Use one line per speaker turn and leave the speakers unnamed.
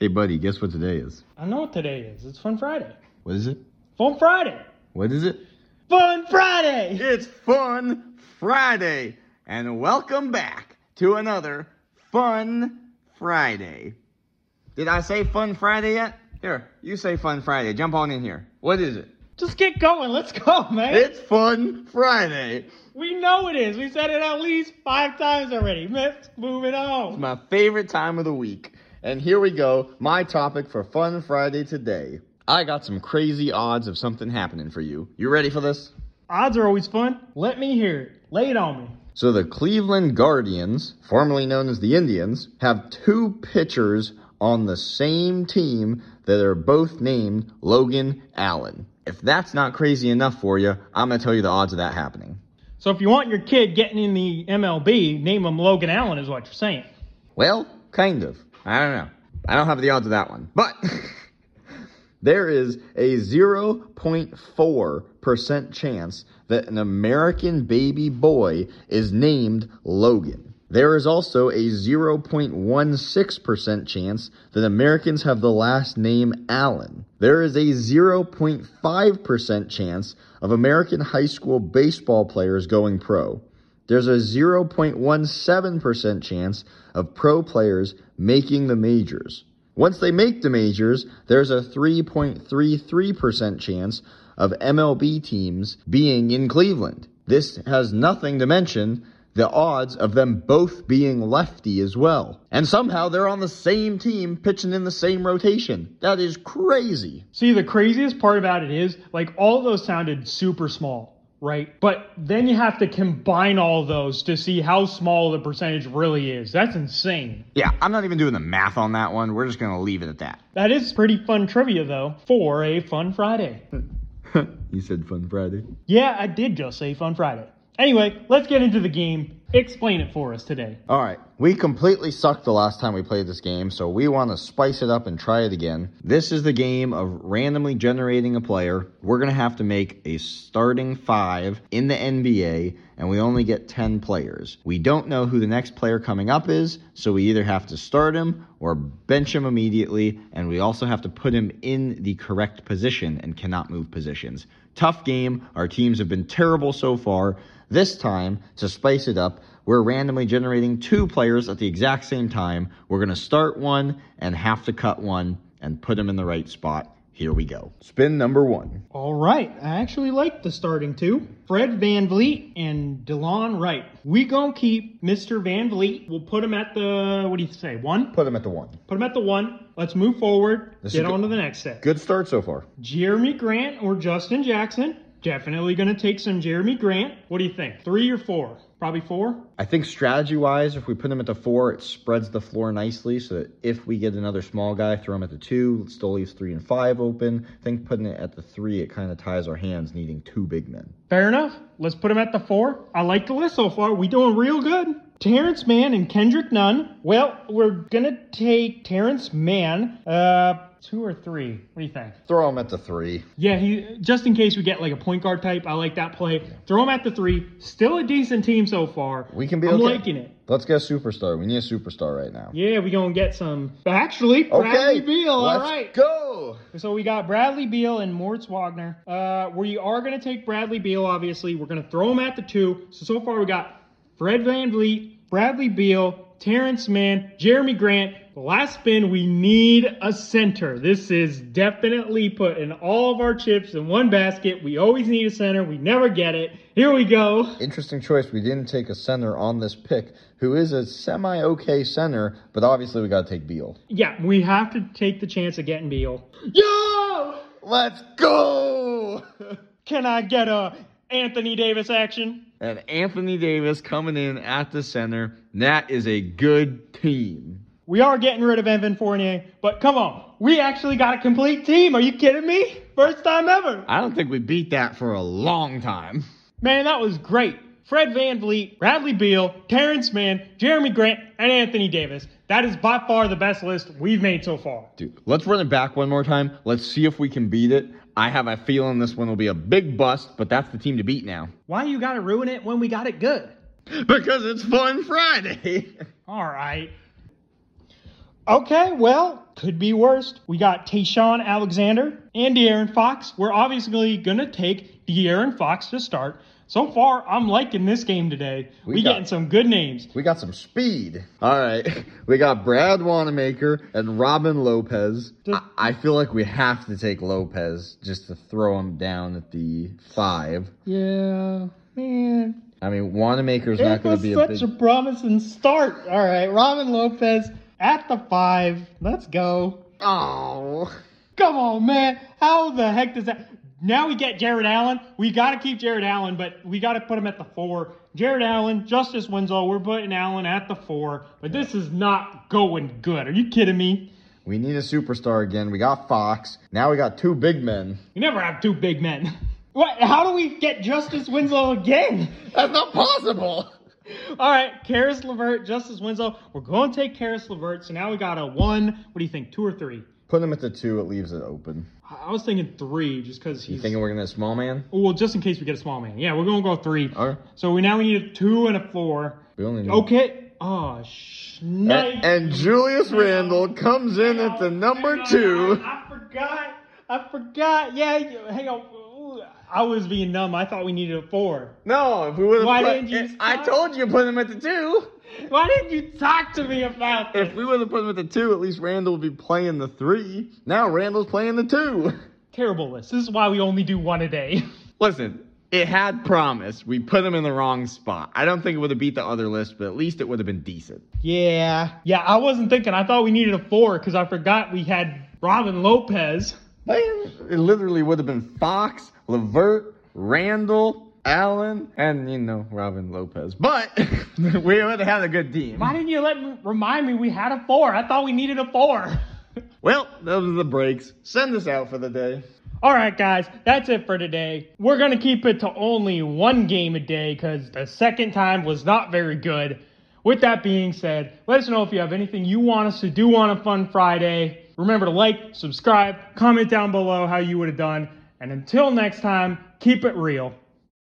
Hey, buddy, guess what today is?
I know what today is. It's Fun Friday.
What is it?
Fun Friday.
What is it?
Fun Friday.
It's Fun Friday, and welcome back to another Fun Friday. Did I say Fun Friday yet? Here, you say Fun Friday. Jump on in here. What is it?
Just get going. Let's go, man.
It's Fun Friday.
we know it is. We said it at least five times already. Let's move it on.
My favorite time of the week. And here we go. My topic for Fun Friday today. I got some crazy odds of something happening for you. You ready for this?
Odds are always fun. Let me hear it. Lay it on me.
So the Cleveland Guardians, formerly known as the Indians, have two pitchers on the same team that are both named Logan Allen. If that's not crazy enough for you, I'm going to tell you the odds of that happening.
So if you want your kid getting in the MLB, name him Logan Allen is what you're saying.
Well, kind of. I don't know. I don't have the odds of that one. But there is a 0.4% chance that an American baby boy is named Logan. There is also a 0.16% chance that Americans have the last name Allen. There is a 0.5% chance of American high school baseball players going pro there's a 0.17% chance of pro players making the majors. Once they make the majors, there's a 3.33% chance of MLB teams being in Cleveland. This has nothing to mention the odds of them both being lefty as well. And somehow they're on the same team pitching in the same rotation. That is crazy.
See, the craziest part about it is, like, all those sounded super small, right? But then you have to combine all those to see how small the percentage really is. That's insane.
Yeah, I'm not even doing the math on that one. We're just going to leave it at that.
That is pretty fun trivia, though, for a fun Friday.
You said Fun Friday.
Yeah, I did just say fun Friday. Anyway, let's get into the game. Explain it for us today.
All right, we completely sucked the last time we played this game, so we want to spice it up and try it again. This is the game of randomly generating a player. We're going to have to make a starting five in the NBA, and we only get 10 players. We don't know who the next player coming up is, so we either have to start him or bench him immediately, and we also have to put him in the correct position and cannot move positions. Tough game. Our teams have been terrible so far. This time, to spice it up, we're randomly generating two players at the exact same time. We're going to start one and have to cut one and put them in the right spot. Here we go. Spin number one.
All right, I actually like the starting two Fred Van Vliet and DeLon Wright. We gonna keep Mr. Van Vliet. We'll put him at the, what do you say, one?
Put them at the one.
Put him at the one. Let's move forward.
This is
get
good.
on to the next set.
Good start so far.
Jeremy Grant or Justin Jackson. Definitely gonna take some Jeremy Grant. What do you think? Three or four? Probably four.
I think strategy wise, if we put him at the four, it spreads the floor nicely so that if we get another small guy, throw him at the two, it still leaves three and five open. I think putting it at the three, it kind of ties our hands needing two big men.
Fair enough. Let's put him at the four. I like the list so far. We doing real good. Terrence Mann and Kendrick Nunn. Well, we're gonna take Terrence Mann. Uh, two or three. What do you think?
Throw him at the three.
Yeah, he just in case we get like a point guard type. I like that play. Throw him at the three. Still a decent team so far.
We can be
I'm
okay.
liking it.
Let's get a superstar. We need a superstar right now.
Yeah, we gonna get some. Actually, Bradley
Okay.
Beal. All
Let's
right.
go.
So we got Bradley Beal and Moritz Wagner. Uh, we are going to take Bradley Beal, obviously. We're going to throw him at the two. So, so far we got Fred Van Vliet, Bradley Beal, Terrence Mann, Jeremy Grant. The last spin, we need a center. This is definitely putting all of our chips in one basket. We always need a center. We never get it. Here we go.
Interesting choice. We didn't take a center on this pick, who is a semi okay center, but obviously we got to take Beal.
Yeah, we have to take the chance of getting Beal. Yo!
Let's go.
Can I get a Anthony Davis action?
and Anthony Davis coming in at the center. That is a good team.
We are getting rid of Evan Fournier, but come on. We actually got a complete team. Are you kidding me? First time ever.
I don't think we beat that for a long time.
Man, that was great. Fred Van Vliet, Bradley Beal, Terrence Mann, Jeremy Grant, and Anthony Davis. That is by far the best list we've made so far.
Dude, let's run it back one more time. Let's see if we can beat it. I have a feeling this one will be a big bust, but that's the team to beat now.
Why you gotta ruin it when we got it good?
Because it's Fun Friday.
All right. Okay, well, could be worst. We got Tayshawn Alexander and De'Aaron Fox. We're obviously going to take De'Aaron Fox to start. So far, I'm liking this game today.
We
We,
got-
getting some good names.
We got some speed. All right. We got Brad Wanamaker and Robin Lopez. I, I feel like we have to take Lopez just to throw him down at the five.
Yeah, man.
I mean, Wanamaker's not going
It
to
was
be a
such
big.
a promising start. All right, Robin Lopez at the five. Let's go.
oh.
Come on, man. How the heck does that? Now we get Jared Allen. We got to keep Jared Allen, but we got to put him at the four. Jared Allen, Justice Winslow, we're putting Allen at the four, but this is not going good. Are you kidding me?
We need a superstar again. We got Fox. Now we got two big men.
You never have two big men. What? How do we get Justice Winslow again?
That's not possible.
All right, Karis Levert, Justice Winslow. We're going to take Karis Levert. So now we got a one. What do you think? Two or three?
Put him at the two. It leaves it open.
I I was thinking three, just because he's.
You thinking we're going to small man?
well, just in case we get a small man. Yeah, we're gonna go three.
All right.
So we now we need a two and a four.
We only need
Okay. Oh,
And,
snipe.
and Julius Randle comes in at the number two.
I, I forgot. I forgot. Yeah. you- Hang on. Ooh, I was being numb. I thought we needed a four.
No, if we would
Why
have put,
didn't you
I
stop?
told you put him at the two.
Why didn't you talk to me about this?
If we would have put him at the two, at least Randall would be playing the three. Now Randall's playing the two.
Terrible list. This is why we only do one a day.
Listen, it had promise. We put him in the wrong spot. I don't think it would have beat the other list, but at least it would have been decent.
yeah. Yeah. I wasn't thinking. I thought we needed a four because I forgot we had Robin Lopez.
Man, it literally would have been Fox, Levert, Randall, Allen, and you know Robin Lopez. But we would have had a good team.
Why didn't you let me remind me we had a four? I thought we needed a four.
Well, those are the breaks. Send us out for the day.
All right, guys, that's it for today. We're going to keep it to only one game a day because the second time was not very good. With that being said, let us know if you have anything you want us to do on a fun Friday. Remember to like, subscribe, comment down below how you would have done. And until next time, keep it real.